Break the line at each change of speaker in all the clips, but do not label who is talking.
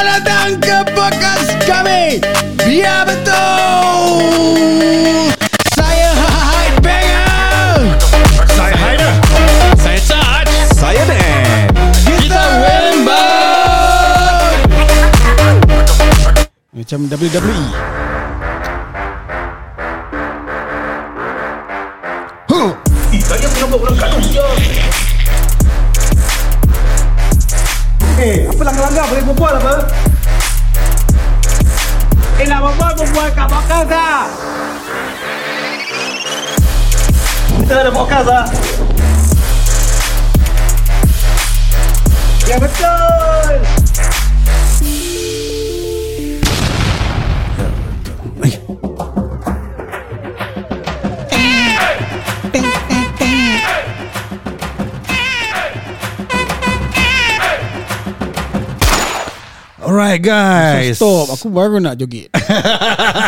Langkah podcast kami Biar betul Saya Hyde Banger
Saya Haider
Saya Taj
Saya Dan
Kita Wembang Macam E. WWE Huh.
Eh saya punya buat orang gaduh je Eh apa langgar-langgar boleh berbual apa Eh nak berbual berbual kat podcast lah Kita ada podcast lah Ya betul
Alright guys
Stop Aku baru nak joget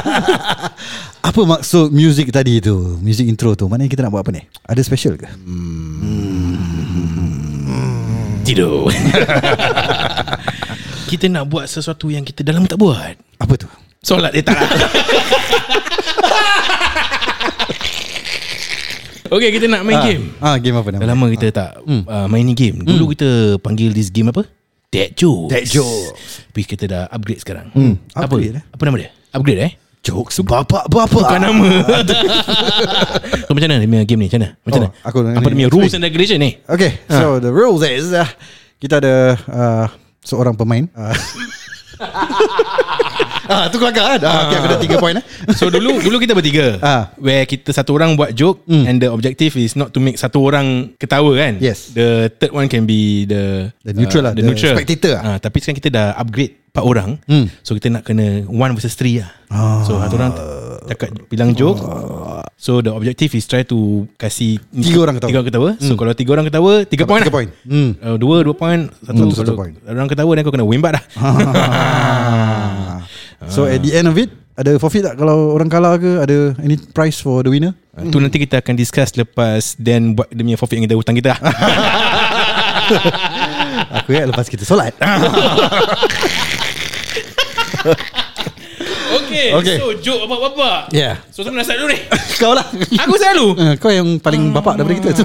Apa maksud music tadi tu Music intro tu Maknanya kita nak buat apa ni Ada special ke
Tidur Kita nak buat sesuatu yang kita dalam tak buat
Apa tu
Solat dia tak Okay kita nak main game
Ah game apa nama
Dah lama kita tak uh, main ni game Dulu kita panggil this game apa? Dead Jokes Dead Jokes Tapi kita dah upgrade sekarang Apa?
upgrade, eh?
Apa nama dia? Upgrade eh?
Jokes Bapak-bapak
Bukan nama So macam mana dia punya game ni? Macam mana? Macam
Oh,
mana?
aku nak
Apa
ni
dia punya rules and regulation ni?
Okay So the rules is uh, Kita ada uh, Seorang pemain uh, Ah, tu kelakar kan? Ah, okay, aku dah tiga point eh.
So dulu dulu kita bertiga
Ah. Hmm.
Where kita satu orang buat joke mm. And the objective is not to make satu orang ketawa kan
Yes.
The third one can be the uh,
The neutral lah,
the,
the
neutral
spectator lah. Hmm.
Ah, Tapi sekarang kita dah upgrade empat orang mm. So kita nak kena one versus three lah
Ah.
oh. So satu orang cakap bilang joke So the objective is try to kasih
Tiga orang ketawa. Hmm.
Tiga orang ketawa So kalau tiga orang ketawa Tiga point
tiga
lah
point. Hmm.
Uh, Dua, dua point Satu,
Satu, satu
kalau
point.
Orang ketawa dan kau kena wimbat lah. dah
Ah. So at the end of it Ada forfeit tak Kalau orang kalah ke Ada any prize for the winner
Itu nanti kita akan discuss lepas Dan buat dia punya forfeit dengan kita hutang kita lah.
Aku ingat lepas kita solat
okay,
Okay.
So joke bapak-bapak
Yeah.
So sama nasihat dulu ni
Ya. Kau lah
Aku selalu
Ah, Kau yang paling bapak daripada kita tu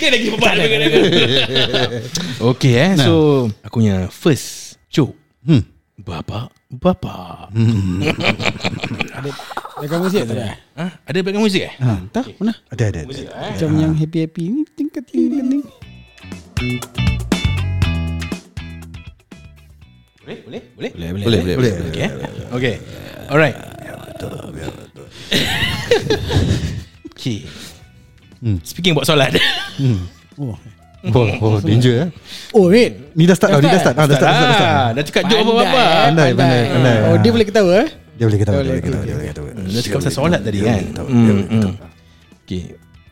Dia lagi bapak daripada
lah,
aku. Okay eh So Aku punya first joke hmm. Bapak Bapak hmm.
Dah kamu siap tak dah?
ha? Ada background muzik eh? Ha.
Tak mana
Ada ada ada
Macam yang happy-happy ni Tingkat tingkat ni
Boleh? Boleh? Boleh? Boleh
Boleh boleh boleh
Okay, eh? okay. Alright Okay
Hmm.
Speaking about solat
Oh, oh danger eh
Oh wait eh,
Ni dah start tau Ni dah start Ah, Dah start dah start, dah start
Ah, Dah cakap joke bapak-bapak
Pandai eh. pandai pandai
Oh dia boleh ketawa eh
Dia boleh ketawa Dia
Boleh,
boleh ketawa
boleh,
Dia boleh ketawa
Dia cakap pasal solat tadi
eh.
kan Hmm, hmm. Okay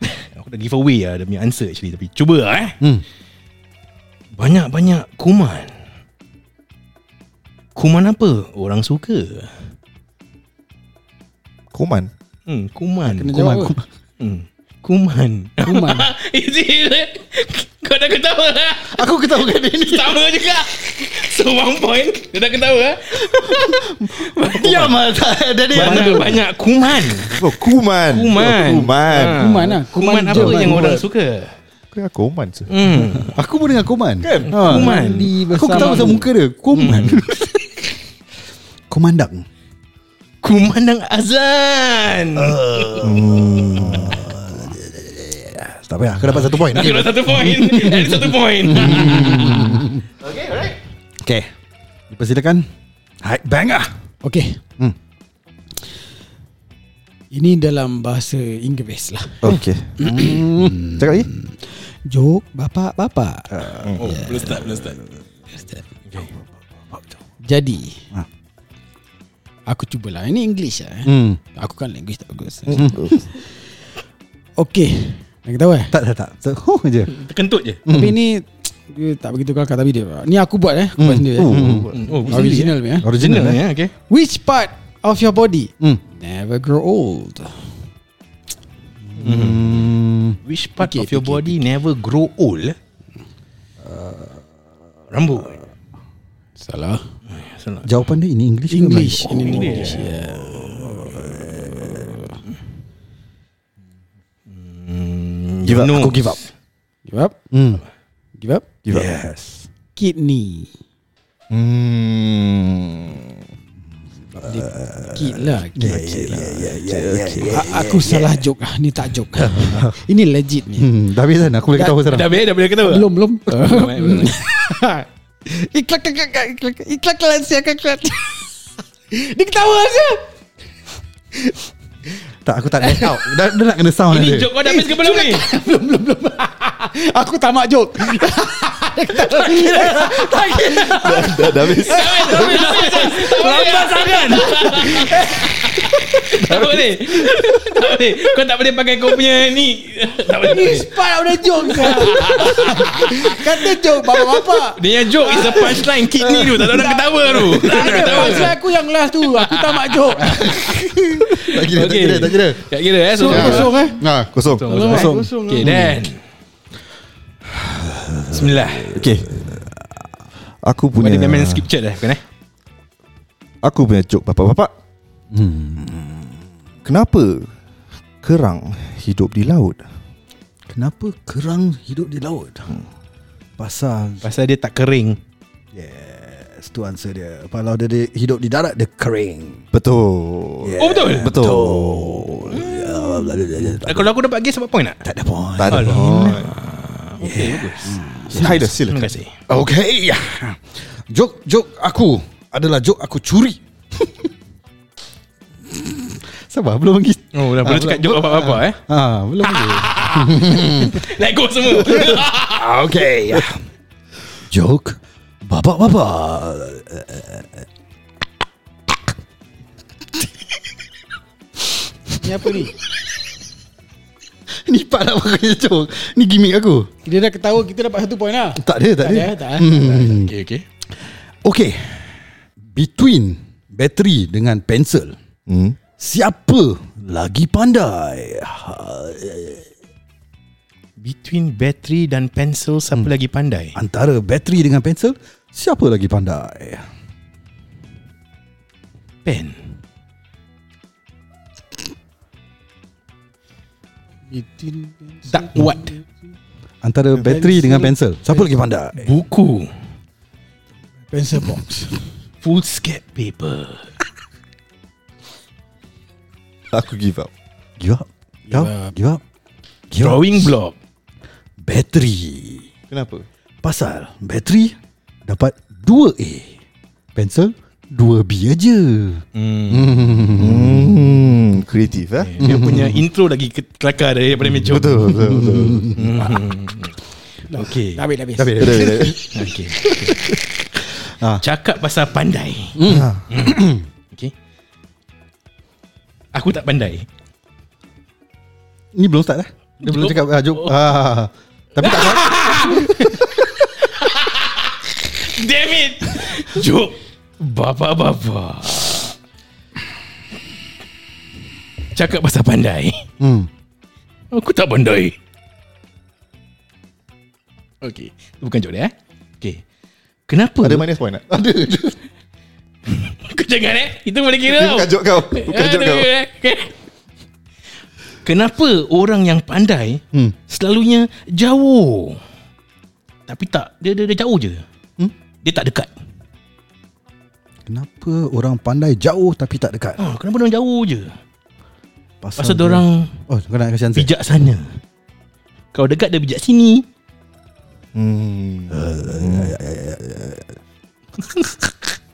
Aku dah give away lah Dia punya answer actually Tapi cuba lah eh
Hmm.
Banyak-banyak kuman Kuman apa orang suka?
Kuman
Hmm, kuman
Kena
Kuman
jawab apa?
kuman.
hmm. Kuman
Kuman.
Ah, Easy Kau dah ketawa lah
Aku ketawa kan dia ni
Sama juga So one point Kau dah ketawa lah
Ya mal Dia
Banyak-banyak kuman
Oh, kuman.
Kuman.
Oh, kuman.
Ah.
Kuman lah. Kuman
Kuman apa
jawab.
yang orang suka?
Kau ingat kuman tu.
Hmm
Aku pun dengar kuman Kan
Kuman.
Mandi
Aku
bersama
ketawa pasal muka dia Kuman
Hmm.
Komandang
Kumandang azan uh,
Tak payah Aku dapat satu point
Aku dah satu point Ada satu point
Okay Dipersilakan Hai bang ah
Okay
Hmm.
Ini dalam bahasa Inggeris lah
Okay Cakap lagi
Jok bapak-bapak
Oh belum start Belum start
Jadi
Ha.
Aku cubalah Ini English lah eh.
Hmm.
Aku kan language tak bagus Okay Nak ketawa eh
Tak tak tak So, Huh je
Terkentut je
Tapi ni Dia tak begitu kelakar Tapi dia Ni aku buat eh Aku buat sendiri eh.
Oh
Original punya eh.
Original eh
ya okay
Which part of your body
Hmm.
Never grow old
Which part of your
Uh,
body never grow old? Rambut
Salah
Salah.
Jawapan dia in English ke
English
Melayu?
In English ya. yeah.
Give up
No.
Aku give up
Give up
hmm.
Give up
Give up
Yes.
Kidney
Hmm.
Kid lah Kid yeah, yeah, yeah, yeah, Aku salah joke ah, Ni tak joke Ini legit ni
hmm. Dah habis kan Aku boleh ketawa
Dah
sekarang
boleh dah boleh ketawa.
Belum belum Eh,
Belum, eh, belum.
Iklan iklan iklan iklan iklan siapa iklan Dia ketawa saya
Tak aku tak knock out dah, dah nak kena sound
Ini
dia.
joke kau dah habis ke belum ni?
Belum belum belum Aku tak mak joke
Dah, dah habis.
Lambat sangat. tak boleh. tak boleh. Kau tak boleh pakai kau punya ni. tak boleh.
Ni part of the joke sah. Kata joke bapak-bapak
Dia yang joke is a punchline kidney tu. Tak ada orang ketawa tu.
Tak
Tak ada orang
ada
ketawa.
pasal aku yang last tu Aku tak mak joke
Tak kira tak
Okey.
kira Tak kira Ya.
Tak kira eh. So,
So, kosong eh
Nah, kosong.
Kosong.
Alamak,
Kosong.
kosong
Okay,
lah.
then. Bismillah.
Okay. Aku
Kau
punya
ada memang skip chat eh bukan eh?
Aku punya joke bapak-bapak. Hmm.
Hmm.
Kenapa kerang hidup di laut?
Kenapa kerang hidup di laut
Hmm.
Pasal
Pasal dia tak kering.
Yes Tu answer dia Kalau dia, dia hidup di darat Dia kering
Betul.
Oh betul.
Betul.
Eh, Kalau aku dapat guess dapat point tak?
Tak ada point
Tak ada.
Alamak. Okey, bagus.
Hai dah
Terima
silakan.
kasih.
Okay Jok jok aku Adalah jok aku curi Sabar belum lagi
Oh, dah belum cakap joke apa-apa eh.
Ha, belum lagi
Let go semua.
Okay Jok Bapak-bapak
Ni apa ni
Ni part nak pakai jok Ni gimmick aku
Dia dah ketawa Kita dapat satu point lah
Tak ada, Hmm. tak,
Tak ada
ada.
eh, tak ada
Okey, okey.
Okay Between Bateri dengan pensel
Hmm.
Siapa lagi pandai?
Between battery dan pencil siapa
Hmm.
lagi pandai?
Antara bateri dengan pensel Siapa lagi pandai?
Pen.
Between
Tak kuat.
Antara bateri dengan pensel Siapa lagi pandai?
Buku.
Pencil box
Foolscap paper.
Aku give up.
Give up Give up Give up, Give up.
Drawing block.
Bateri
Kenapa?
Pasal bateri Dapat 2A Pensel 2B aja
Hmm, kreatif eh.
Dia punya intro lagi ke- kelakar
Hmm,
daripada Mejo.
Betul, betul, betul.
Okey.
Dah habis dah habis
Dah habis, dah
Betul,
habis.
betul.
Okey.
Ah. Hmm.
Cakap pasal pandai. Okey. Aku tak pandai.
Ni belum start lah Dia belum
Jom.
cakap ah, jom. Ah. Tapi tak apa
Damn it. Jok. Bapa-bapa. Cakap pasal pandai.
hmm.
Aku tak pandai. Okey. Itu Bukan jok dia eh. Okey. Kenapa?
Ada minus point tak? Ada.
Kau jangan eh. Itu boleh kira. tau. eh?
Bukan joke kau. Bukan joke kau.
Kenapa orang yang pandai hmm. selalunya jauh? Tapi tak, dia dia, dia jauh je. Hmm? Dia tak dekat.
Kenapa orang pandai jauh tapi tak dekat?
Ah, kenapa orang jauh je? Pasal
dia-
dia orang
Oh kau nak kasi answer
bijak sana. Kalau dekat dia bijak sini.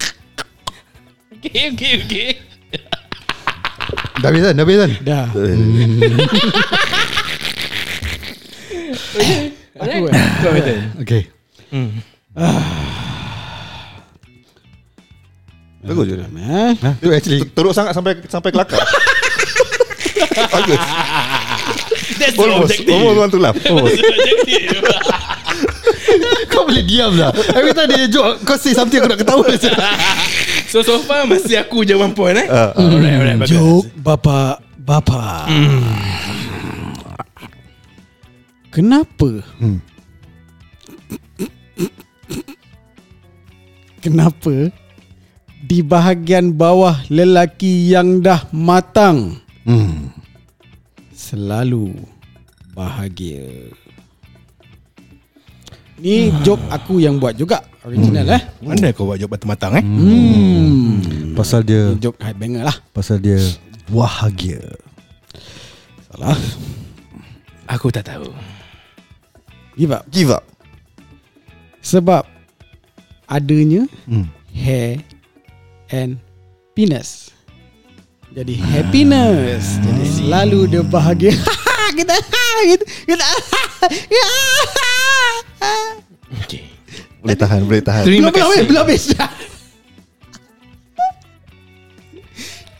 Hmm. okey, okey, okey.
Dah habis kan? Dah habis kan?
Dah Aku eh
Okay
Bagus je.
Eh,
ha? Tu actually
Teruk sangat sampai sampai kelakar. Bagus.
That's the
Almost.
objective.
Almost want to laugh. Almost.
objective.
Kau boleh diam lah Every time dia joke Kau say something Aku nak ketawa je
So so far masih aku je one point eh.
Ah,
Uh, uh, alright alright bagus.
Joke bapa bapa. Kenapa? kenapa di bahagian bawah lelaki yang dah matang
Hmm.
selalu bahagia. Ni joke aku yang buat juga original eh.
Mana kau buat job batu matang
Hmm,
eh?
Pasal dia
Joke headbanger lah.
pasal dia bahagia.
Salah.
Aku tak tahu.
Give up.
Give up
Sebab adanya
Hmm.
hair and penis. Jadi happiness. Jadi selalu dia bahagia. kita kita kita
Okay.
Boleh tahan Boleh tahan
Terima
belum belum habis, belum habis.
kasih.
eh?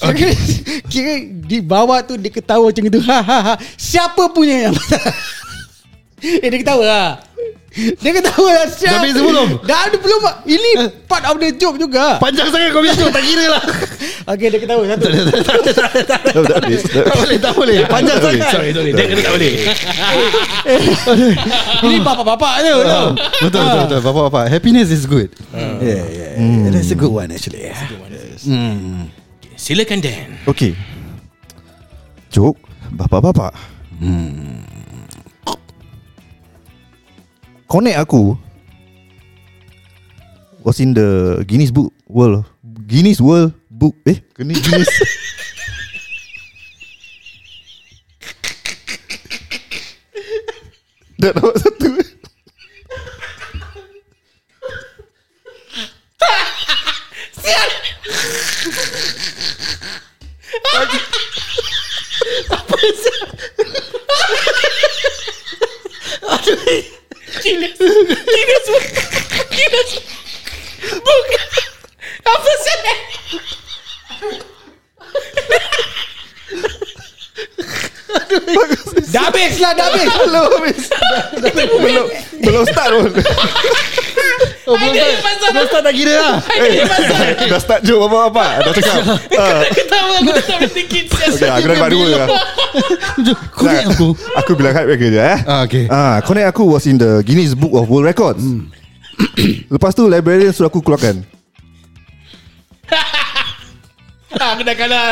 Kira, kira di bawah tu dia ketawa macam itu. Ha ha ha. Siapa punya yang Eh dia ketawa lah. Dia ketawa lah siapa.
Dah habis sebelum?
Dah ada belum. Ini part of the joke juga.
Panjang sangat kau bisu Tak kira lah
Okay dia ketawa satu.
Tak boleh Tak boleh Tak boleh Panjang
Sorry, sorry, sorry. Dia kena tak boleh.
Ini bapak-bapak je tau.
Betul betul betul Bapak-bapak
Happiness is good. Yeah, yeah. That's a good one actually.
Silakan Dan.
Okey. Jok bapak-bapak. Hmm. Connect aku was in the Guinness Book World Guinness World Book eh Guinness Guinness Dah nombor satu
Dah habis lah, dah habis.
Belum habis Belum Belum start pun
Oh, belum start, belum start dah kira lah.
Eh, dah, dah start jom bapak-bapak Dah cakap Ah.
Ketawa aku tak boleh thinking
Okay, aku dah dapat dua lah.
Connect aku.
Aku bilang hype kerja eh.
Ah, okay.
Ah, connect aku was in the Guinness Book of World Records.
Hmm.
Lepas tu librarian suruh aku keluarkan.
Aku dah Ah, kalah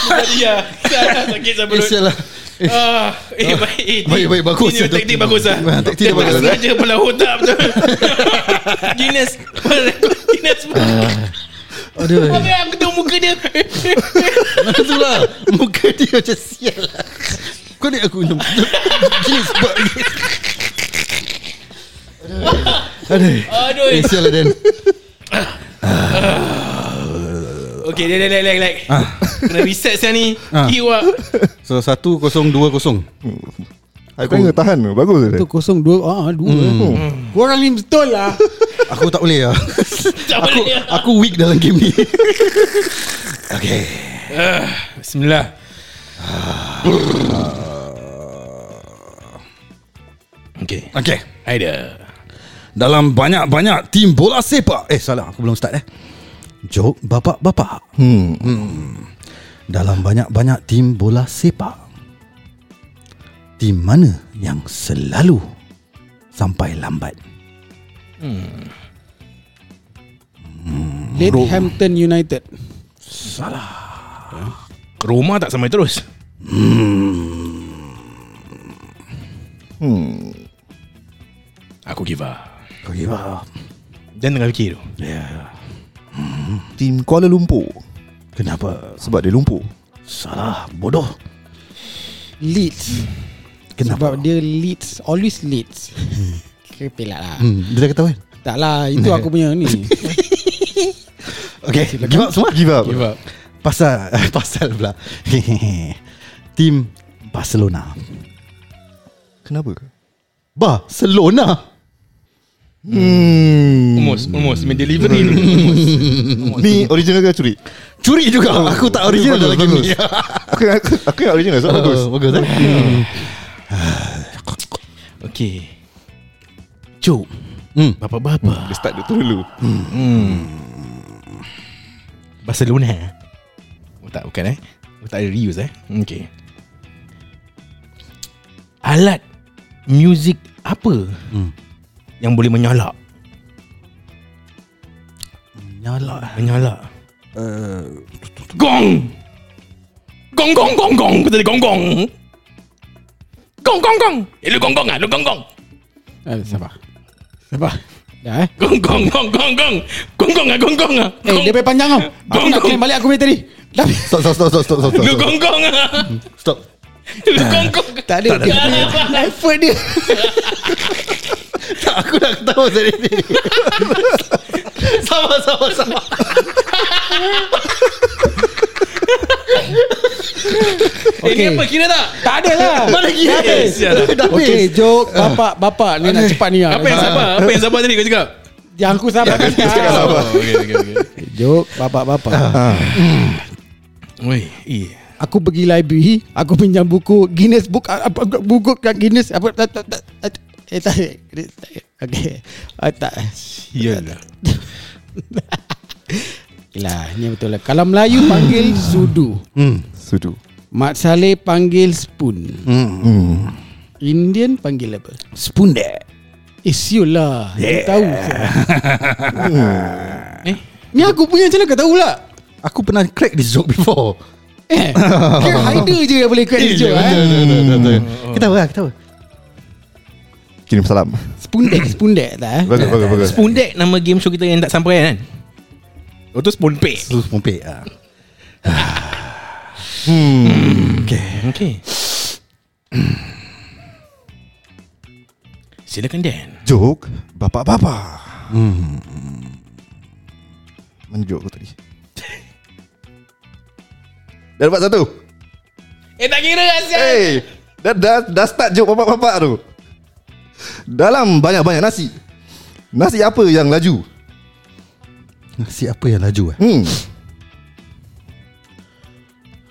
Bukan dia Sakit saya
Eh,
mulut
sial lah.
Ah, Eh baik eh,
Baik, baik, bagus.
Ini taktik bagus lah
Ah, taktik dia bagus.
Dia sengaja pula otak betul Guinness Guinness
Ah. Aduh.
Habis aku tengok muka dia
Itulah. lah. Muka dia macam sial lah. Connect aku. Gini sebab. Aduh.
Aduh
Eh, sial lah Dan.
Okay dia lag lag lag Kena reset saya ni
Ah.
Kiwa
So, satu kosong, dua kosong.
Aku ingat tahan tu. Bagus tu.
Satu kosong dua ah dua. Hmm. Korang ni betul lah.
Aku tak boleh lah.
Tak
Aku,
boleh
aku weak dalam game ni. okay.
Bismillah Ah.
Okay.
Okay.
Hai dah
Dalam banyak-banyak tim bola sepak. Eh, salah. Aku belum start eh. Jok bapak-bapak.
Hmm.
Dalam banyak-banyak tim bola sepak. Tim mana yang selalu sampai lambat?
Late Hampton United.
Roma tak sampai terus. Hmm. Aku give up.
Kau give up.
Dan tengah fikir tu.
Tim Kuala Lumpur.
Kenapa?
Sebab dia lumpur.
Salah. Bodoh.
Leeds.
Kenapa?
Sebab dia Leeds always Leeds. Kira pelat lah.
Hmm, dia dah ketawa kan?
Tak lah itu aku punya ni.
Okay, give up semua?
Give up.
Give up.
Pasal Pasal pula Tim Barcelona
Kenapa?
Barcelona
Almost, almost. Main delivery tu. Almost.
Ni original ke curi?
Curi juga oh, Aku tak original dalam game ni
Aku ingat, aku, aku ingat original sebab Uh, bagus.
Bagus Bagus eh
Okay. Cuk.
Hmm.
Bapak-bapak.
Dia start dia tu dulu.
Barcelona. Oh, tak, bukan eh. Oh, tak ada reuse eh. Okay. Alat music
Hmm.
apa yang boleh menyalak? Menyala Menyala
Eh.
Gong Gong gong gong gong Kau tadi gong gong Gong gong gong Eh lu gong gong ah Lu gong gong
Eh, sabar. Sabar. Dah eh.
Gong gong gong gong gong. Gong gong ah gong gong ah.
Eh,
Gong-
lebih panjang tau. Aku
Gong,
nak
gong.
claim balik aku punya tadi. Dah.
Stop stop stop stop stop stop.
Lu
stop.
gong gong ah.
Stop.
Lu gong gong.
Tak ada. Dia punya Effort dia.
Tak aku nak ketawa tadi ni.
Sama sama sama. Eh, ni
Okey.
apa kira tak?
Tak ada lah.
Mana kira? Eh, sial lah.
Okey, Jok. Bapak, bapak. Ni nak cepat ni lah.
Apa yang sabar? Apa yang sabar tadi kau cakap?
Yang aku sabar kan
cakap
sekarang.
sabar.
Okey okey okey.
Jok, bapak-bapak.
Oi eh.
Aku pergi library, aku pinjam buku Guinness Book ah, apa buku kat Guinness apa tak tak tak. tak- Eh tak. Okey. Ah, tak.
Yalah
Yalah, ni betul lah. Kalau Melayu panggil sudu.
Hmm. Sudu.
Mat Saleh panggil spoon.
Hmm.
Indian panggil apa? Spoon there. Eh siul lah yeah. Tahu Eh Ni aku punya macam mana kau tahu lah
Aku pernah crack this joke before
Eh Kira hider je yang boleh crack this joke eh.
Oh.
Kita apa kita apa
Hmm. Kirim salam.
Spoon deck Spoon deck tak eh
Bagus bagus bagus.
Spoon Deck nama game show kita yang tak sampai kan Oh tu Spoon Pay
Terus pompek ah.
Okay Silakan Dan
Jok bapak-bapak. Hmm. Menjok Hmm. aku tadi. Dah dapat satu.
Eh tak kira Asyik.
Hey, dah dah dah start jok bapak-bapak tu. Dalam banyak-banyak nasi. Nasi apa yang laju?
Nasi apa yang laju eh?
Hmm.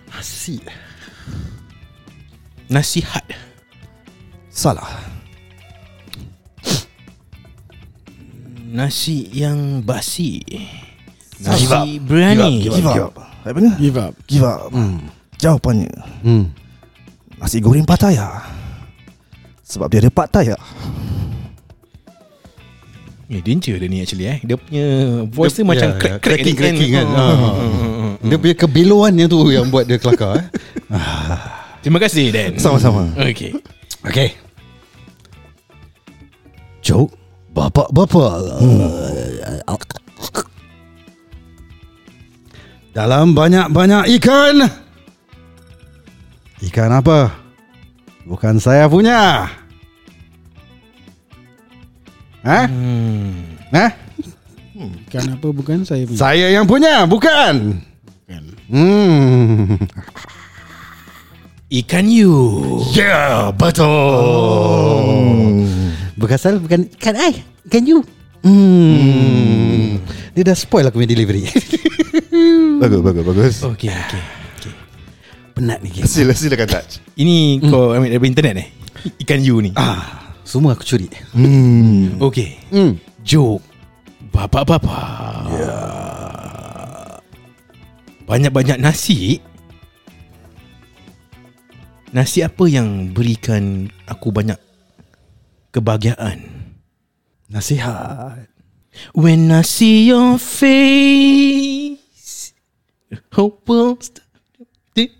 Nasi
Nasihat
Salah.
Nasi yang basi Nasi biryani
Give up. Give up. Apa benda?
Give up
Give up. Hmm. Jawapannya
Hmm
nasi goreng Pattaya. Sebab dia ada ah. Pattaya.
Eh danger dia ni actually eh Dia punya voice dia,
Dia-
macam
ya,
crack
ya,
crack
cracking,
at the end.
cracking kan.
Oh.
Ah. Dia punya kebeloannya tu Yang buat dia kelakar eh?
Terima kasih Dan
Sama-sama.
Okay
Okay Joke Bapak-bapak Hmm. Dalam banyak-banyak ikan Ikan apa? Bukan saya punya Ha? Ha?
Kenapa Kan bukan saya punya
Saya yang punya, bukan? Hmm.
Ikan you
Yeah, betul. Berkasal bukan ikan I, ikan you. Hmm. Dia dah spoil aku punya delivery.
Bagus, bagus, bagus.
Eh.
Okay okay
Penat ni. guys.
Sila, silakan touch.
Ini kau ambil dari internet eh Ikan you ni
Ah, semua aku curi.
Okay
Hmm. Ya.
Joke Bapak-bapak yeah. Banyak-banyak nasi Nasi apa yang berikan aku banyak kebahagiaan
Nasihat.
When I see your face, hope will st- di-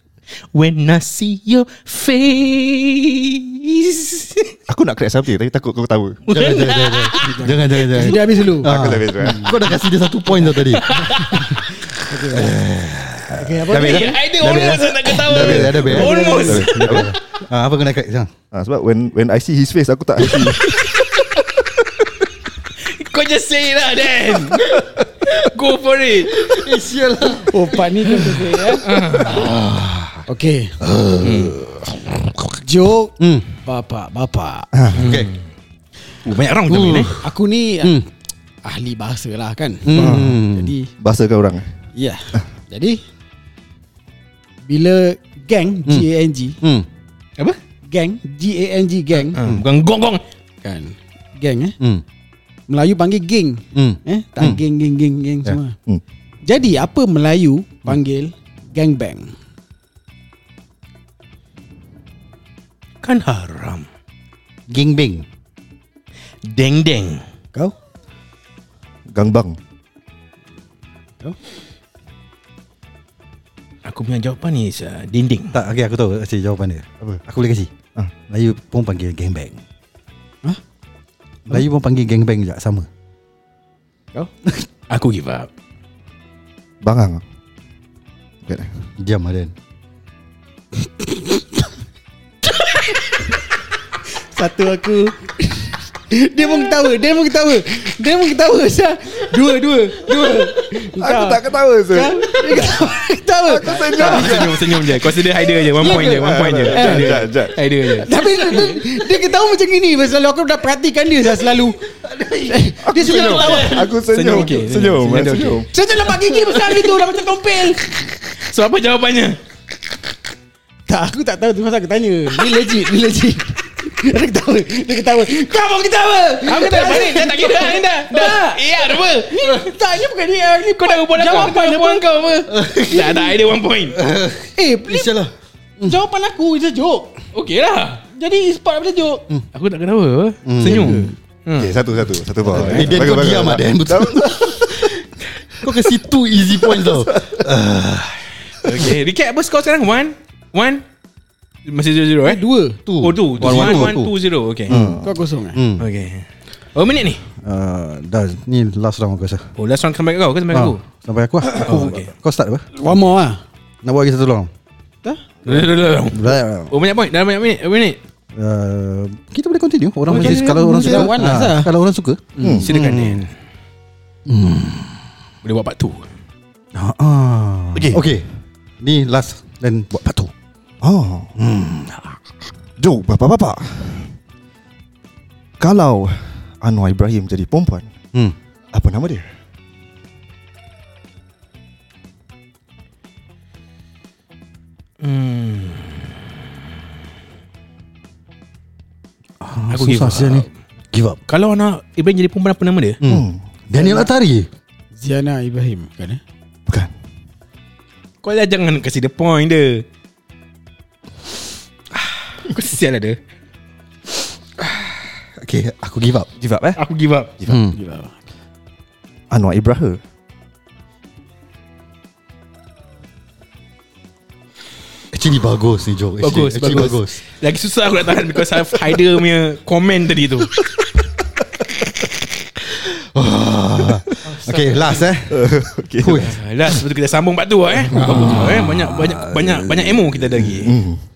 When I see your face,
Aku nak crack something tapi takut kau ketawa.
Jangan, jangan, jangan. Jangan, jangan, jangan.
Sudah habis dulu
Ah.
Aku dah habis, right?
Kau dah kasih dia satu point tau tadi.
okay, apa?
Dah habis, dah?
Eh, Idea
Dah habis,
almost
dah?
nak ketawa.
Dah habis, dah habis.
Almost.
Dah habis, dah habis.
Ah, apa kena crack sekarang?
Ah, sebab when when I see his face aku tak happy.
Kau just say it lah Dan. Go for it.
Eh,
Oh part ni kau okay, ya?
Ah.
Okay
Hmm.
Joke Bapak Bapak
Okay.
oh, banyak orang kita main eh.
Aku ni
Hmm.
Ahli bahasa lah kan
Hmm. Ah.
Jadi
Bahasa kau orang.
Ya. Jadi bila gang G A N G,
Hmm.
Apa?
gang G A N G gang
Hmm. Bukan gong-gong.
kan. Gang eh.
Hmm.
Melayu panggil geng.
Hmm.
Eh, tak geng geng geng geng semua.
Hmm.
Jadi apa Melayu panggil gang bang?
Kan haram.
Ging bing.
Deng-deng.
Kau?
Gangbang.
Aku punya jawapan ni uh, dinding.
Tak, okay, aku tahu Asyik jawapan dia Apa? Aku boleh kasi ha. Melayu pun panggil gangbang Ha?
Hah?
Melayu pun panggil gangbang juga Sama
Aku give up.
Bangang Okay
Jam Aden
Satu aku Dia pun ketawa Dia pun ketawa Dia pun ketawa Syah Dua Dua Dua
Aku tak ketawa sir
Syah, Dia ketawa, ketawa.
Aku senyum je
Senyum-senyum je. Consider idea je. One point je. One point je.
Jap, jap, jap.
Idea je.
Tapi dia, dia, dia ketawa macam gini Pasal aku dah perhatikan dia Syah selalu Dia suka
Senyum.
ketawa
Aku senyum
Senyum okey,
Senyum
senyum,
eh,
senyum
Senyum
Saya tu nampak gigi besar gitu Dah macam tompel
So apa jawapannya?
Tak aku tak tahu Tu pasal aku tanya Ni legit Ni legit Dia ketawa Dia ketawa Kau pun ketawa
Aku tak balik Dah tak kira Dah dah Dah Ya ada apa
Tak ni bukan dia ni
Kau dah berbual aku Aku
Jawapan
dah berbual kau apa Dah tak idea one point
Eh please
Insyaallah
Jawapan aku is a joke
Okey lah
Jadi it's part of the joke
Hmm.
Aku tak ketawa. Senyum.
Okay satu satu Satu point
Eh, Dan
Bagus,
kau
bagus,
diam
bagus.
Aden Betul Kau kasi two easy points tau
Okay. Recap apa skor sekarang? One. One. Masih zero zero eh?
Dua
Two
Oh tu.
One, one, two,
One one
two.
two Hmm. zero. Okay.
Kau kosong eh
Hmm.
Okay. Oh minit ni.
Ah, Dah Ni last round aku rasa
Oh last round comeback kau ke sampai aku?
Ah, Sampai aku lah Aku
Oh, okay.
Kau start apa
One more lah
Nak buat lagi satu round
Dah, dah, dah, dah.
Right.
Oh banyak point. Dah banyak minit. Berapa minit?
Uh, kita boleh continue orang
Boleh,
masih
boleh,
kalau orang
boleh.
suka
Lawan lah,
ah,
Zah.
kalau orang suka
Silakan Dan. Hmm. Boleh buat part 2.
ha ah.
Okey.
okey ni last dan buat patu
Oh. Hmm. Jo, bapak-bapak. Kalau Anwar Ibrahim jadi perempuan,
hmm
apa nama dia?
Aku give
Ah, susah
up.
sial ni give up
Kalau anak Ibrahim jadi perempuan apa nama dia?
Hmm.
Daniel Atari
Ziana Ibrahim kan eh
Bukan.
Kau dah jangan kasi dia point dia. Ah, Kau sial lah dia.
okey aku give up
Give up eh?
Aku give up.
hmm
Anwar Ibrahim.
actually bagus ni joke actually,
Bagus,
actually bagus.
bagus. Lagi susah aku nak tahan because of Haider punya komen tadi tu.
okey last eh
okay.
Hui.
Last betul kita sambung part tu
Ah.
lah, eh. Bagus lah, eh. Banyak banyak banyak banyak emo kita ada lagi.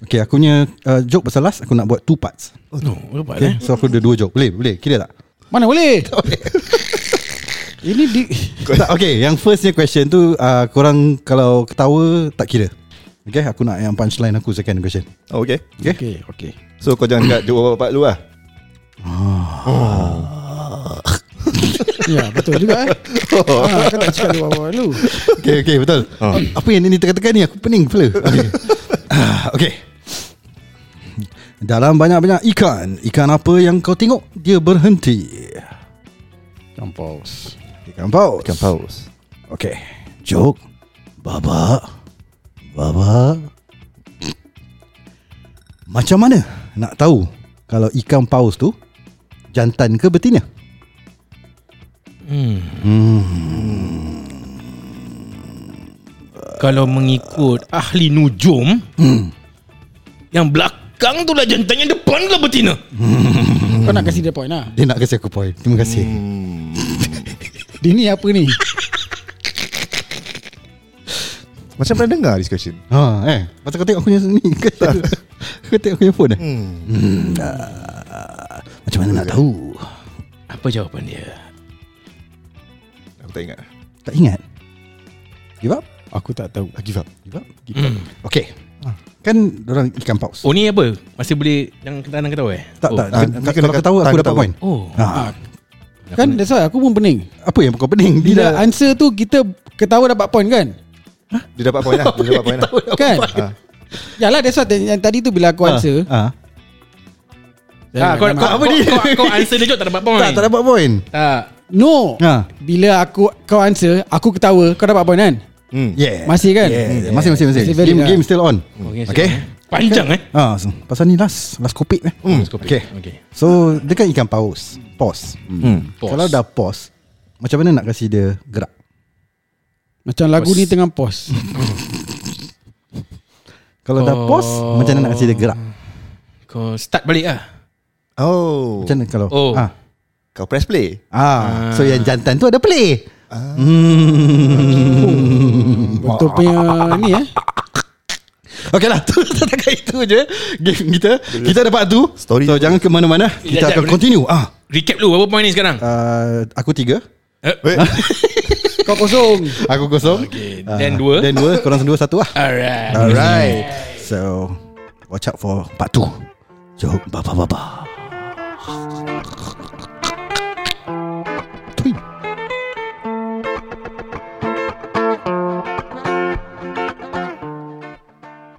okey aku punya uh, joke pasal last aku nak buat two parts
Oh, no, apa
okey
eh?
so aku ada dua joke boleh boleh kira tak
Mana boleh Ini di
tak okey yang firstnya question tu uh, korang kalau ketawa tak kira okey aku nak yang punchline aku second question
Oh, okay.
Okay okay
So kau jangan kat Jo bapak-bapak dulu lah.
Ya betul juga eh ha, Kau tak cakap dia bawa lu
Okay, okay, betul.
Ah.
Apa yang ini tekan-tekan ni? Aku pening kepala. Okay. Ah, okay. Dalam banyak-banyak ikan, ikan apa yang kau tengok, dia berhenti.
Kampus
Ikan paus.
Ikan paus.
Okay. Jok. Babak. Babak. Macam mana nak tahu kalau ikan paus tu jantan ke betina?
Kalau mengikut ahli nujum,
Hmm.
yang belakang tu lah jantannya depan lah betina.
Kau nak kasi dia point lah
Dia nak kasi aku point. Terima kasih. Hmm.
Dia ni apa ni
Macam pernah dengar this question.
Ha, eh. Pasal kau tengok aku punya ni. Kau kau tengok aku punya phone eh.
Hmm.
Macam mana nak tahu?
Apa jawapan dia?
Aku tak ingat.
Tak ingat Give up Ah,
Aku tak tahu
I give up.
Give up Give up Okay Kan orang ikan paus
Oh ni apa? Masih boleh yang ketahanan ketawa eh?
Tak
oh.
tak
ah,
kan-
ni
kan-
kena
Kalau
kat-
kau tahu aku
tak
dapat
tahu.
point
Oh.
Ah,
Kan that's why aku pun pening
Apa yang kau pening
Bila
Dia dah
answer tu kita ketawa dapat point kan
Dia dapat point lah. Dia dapat point lah.
Kan Yalah that's why yang tadi tu bila aku answer
Ah, ah.
Ah, kau, kau,
Jangan-
kau,
ni?
kau, kau, answer dia juga tak dapat point.
Tak tak dapat point
Tak.
No
Ha.
Bila aku kau answer Aku ketawa Kau dapat point kan
Hmm.
Yeah
Masih kan?
Yeah. Masih masih masih
Masih valid
Game
lah.
game still on
Okay.
Okay
Panjang eh.
Ah, so, pasal ni last last kopik eh.
Hmm. Okay. okay.
So dia kan ikan paus. Pause. Hmm.
Pause.
Kalau dah pause, macam mana nak kasi dia gerak?
Macam lagu ni tengah pause
Kalau dah pause
Oh.
Macam mana nak kasi dia gerak
Kau start balik lah
Oh
Macam mana kalau
Oh.
ah.
Kau press play
ah. So yang jantan tu ada play
Betul punya ni eh
Okey lah tu Setakat itu je Game kita Kita dapat tu
Story
So
tu.
jangan ke mana-mana Kita
Sekejap,
akan continue ah.
Recap dulu Berapa point ni sekarang
Uh, aku tiga
Wait
Kau kosong
Aku kosong
Okay,
Ah,
then dua.
Then dua Korang dua satu lah
Alright
Alright
So Watch out for part two Jom Baba baba